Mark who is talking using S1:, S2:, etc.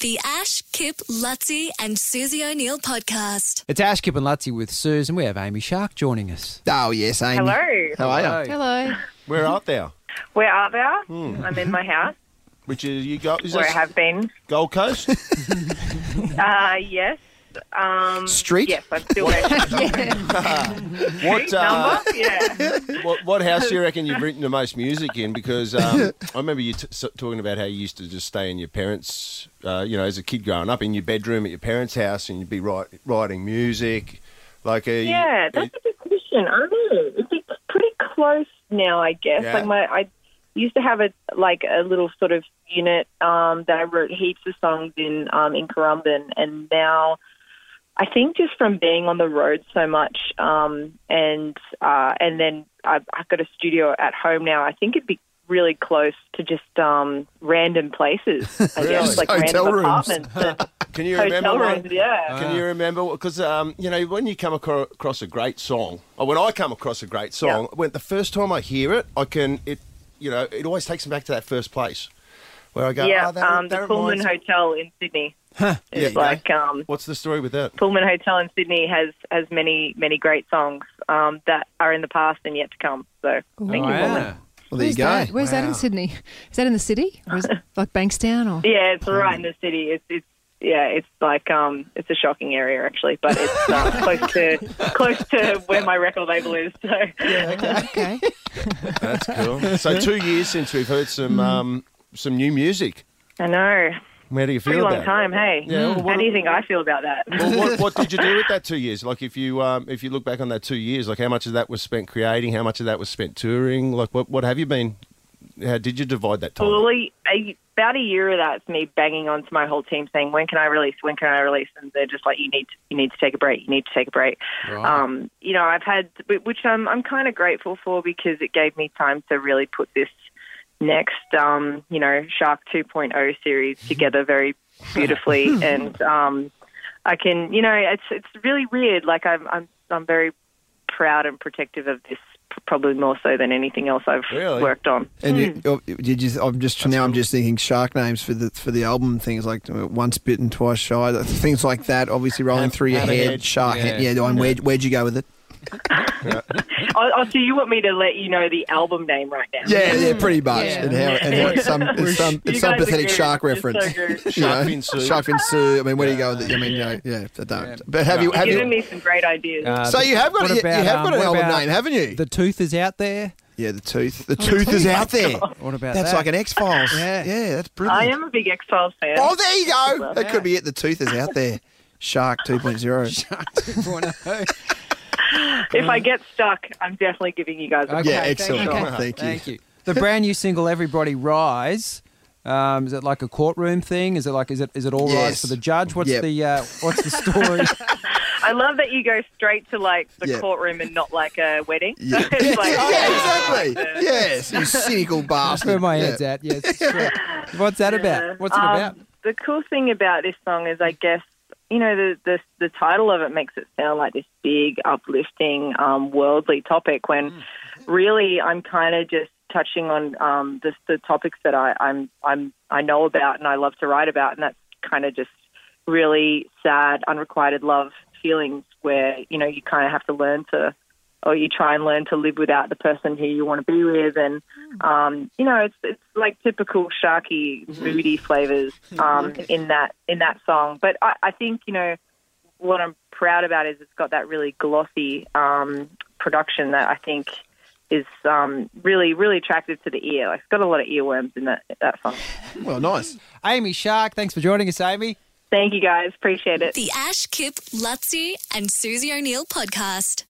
S1: The Ash, Kip, Lutzi, and Susie O'Neill podcast.
S2: It's Ash Kip and Lutzi with Suze, and we have Amy Shark joining us.
S3: Oh, yes, Amy.
S4: Hello.
S3: How are you?
S5: Hello.
S6: Where out there?
S4: Where are they?
S6: Hmm.
S4: I'm in my house.
S6: Which is you go? Is
S4: Where I
S6: this
S4: have been.
S6: Gold Coast?
S4: Uh, yes. Um,
S3: Street?
S4: Yes, I'm still there.
S6: what, uh,
S4: Number? Yeah.
S6: what what house do you reckon you've written the most music in? Because um, I remember you t- s- talking about how you used to just stay in your parents, uh, you know, as a kid growing up in your bedroom at your parents' house, and you'd be write, writing music. Like, uh, you-
S4: Yeah, that's a good question. I don't know. It's like pretty close now, I guess.
S6: Yeah.
S4: Like my, I used to have a like a little sort of unit um, that I wrote heaps of songs in um, in Currumbin, and now I think just from being on the road so much, um, and uh, and then I've, I've got a studio at home now. I think it'd be really close to just um, random places, I
S6: Really?
S4: guess, like
S3: Hotel
S4: random
S3: rooms.
S4: apartments, and
S6: can you remember?
S4: hotel
S6: one?
S4: rooms. Yeah.
S6: Can you remember? Because um, you know, when you come acro- across a great song, or when I come across a great song, when the first time I hear it, I can it, you know, it always takes me back to that first place where I go.
S4: yeah,
S6: oh, that,
S4: um,
S6: that
S4: the Pullman
S6: reminds me."
S4: Hotel in Sydney.
S6: Yeah,
S4: It's
S6: you know.
S4: like um,
S6: What's the story with that?
S4: Pullman Hotel in Sydney has has many many great songs um, that are in the past and yet to come. So thank you, Pullman.
S2: Wow.
S3: Well, there you
S5: Where's
S3: go.
S5: That? Where's that in Sydney? Is that in the city? Or is it like Bankstown or?
S4: Yeah, it's right in the city. It's it's yeah, it's like um, it's a shocking area actually, but it's uh, close to close to where my record label is. So
S5: Okay.
S6: That's cool. so two years since we've heard
S4: Mm.
S6: some um, some new music.
S4: I know,
S6: How do you feel
S4: pretty
S6: about
S4: long
S6: it?
S4: time. Hey,
S6: Yeah, well,
S4: how
S6: what-
S4: do you think I feel about that?
S6: Well, what, what did you do with that two years? Like, if you um, if you look back on that two years, like how much of that was spent creating, how much of that was spent touring? Like, what what have you been? How did you divide that time?
S4: Well, a- a- about a year of that's me banging onto my whole team saying, "When can I release? When can I release?" And they're just like, "You need, to, you need to take a break. You need to take a break." Um, you know, I've had, which I'm, I'm kind of grateful for because it gave me time to really put this next, um, you know, Shark 2.0 series together very beautifully, and um, I can, you know, it's it's really weird. Like I'm, I'm, I'm very proud and protective of this. Probably more so than anything else I've
S6: Really?
S4: worked on.
S3: And you, oh, you just, I'm just now. I'm just thinking shark names for the for the album. Things like uh, once bitten, twice shy. th- Things like that. Obviously, rolling
S6: Ham-
S3: through your head.
S6: hammerhead.
S3: Shark.
S2: Yeah.
S3: Yeah. yeah and where, where'd you go with it?
S4: Oh, oh, so you want me to let you know the album name right now?
S3: Yeah. Yeah. Pretty much.
S5: Yeah.
S3: And how and how it's some it's some
S4: You
S3: it's some
S4: guys are
S3: pathetic
S4: good.
S3: shark
S4: You're
S3: reference.
S4: so good.
S3: You know,
S6: Shark fin Sue.
S3: Shark fin Sue. I mean, where do you go with it? I mean, yeah, yeah. I don't. But have you
S4: You're
S3: have
S4: giving
S3: you?
S4: me some great ideas.
S2: Uh,
S3: So
S2: the-
S3: you have got
S2: what
S3: a, you
S2: about,
S3: have
S2: um,
S3: got an
S2: what
S3: album
S2: about
S3: name, haven't you?
S2: The tooth is out there.
S3: yeah, the tooth.
S4: Oh,
S3: The tooth is out there.
S2: What about
S3: That's
S2: that?
S3: like an X Files.
S2: Yeah.
S3: Yeah. That's brilliant.
S4: I am a big X Files fan.
S3: Oh, there you go. That
S2: Yeah.
S3: could be it. The tooth is out there. Shark 2.0.
S2: an.
S4: if I get stuck, I'm definitely giving you guys. A
S2: Okay,
S3: yeah,
S2: thank
S3: excellent.
S2: you.
S3: Thank, you.
S2: Thank you. The brand new single, Everybody Rise. Um, is it like a courtroom thing? Is it like is it is it all rise
S3: Yes.
S2: for the judge? What's
S3: Yep.
S2: the uh, what's the story?
S4: I love that you go straight to like the
S3: Yeah.
S4: courtroom and not like a wedding.
S3: Yeah.
S4: It's like,
S3: yeah,
S4: oh,
S3: exactly. Yes, you cynical
S2: That's
S3: bastard.
S2: where my
S3: Yeah.
S2: head's at. Yes, it's true. What's that about? What's it
S4: Um,
S2: about?
S4: The cool thing about this song is, I guess, you know, the the, the title of it makes it sound like this big, uplifting, um, worldly topic. When
S2: Mm.
S4: really, I'm kind of just touching on um, the, the topics that I, I'm I'm I know about and I love to write about, and that's kind of just really sad, unrequited love feelings where you know you kind of have to learn to or you try and learn to live without the person who you want to be with and um, you know it's it's like typical sharky moody flavors um, in that in that song but I, I think you know what I'm proud about is it's got that really glossy um, production that I think is um, really really attractive to the ear like, it's got a lot of earworms in that that song
S3: Well, nice.
S2: Amy Shark, thanks for joining us, Amy.
S4: thank you guys appreciate it
S1: The Ash, Kip, Lutzi, and Susie O'Neill podcast.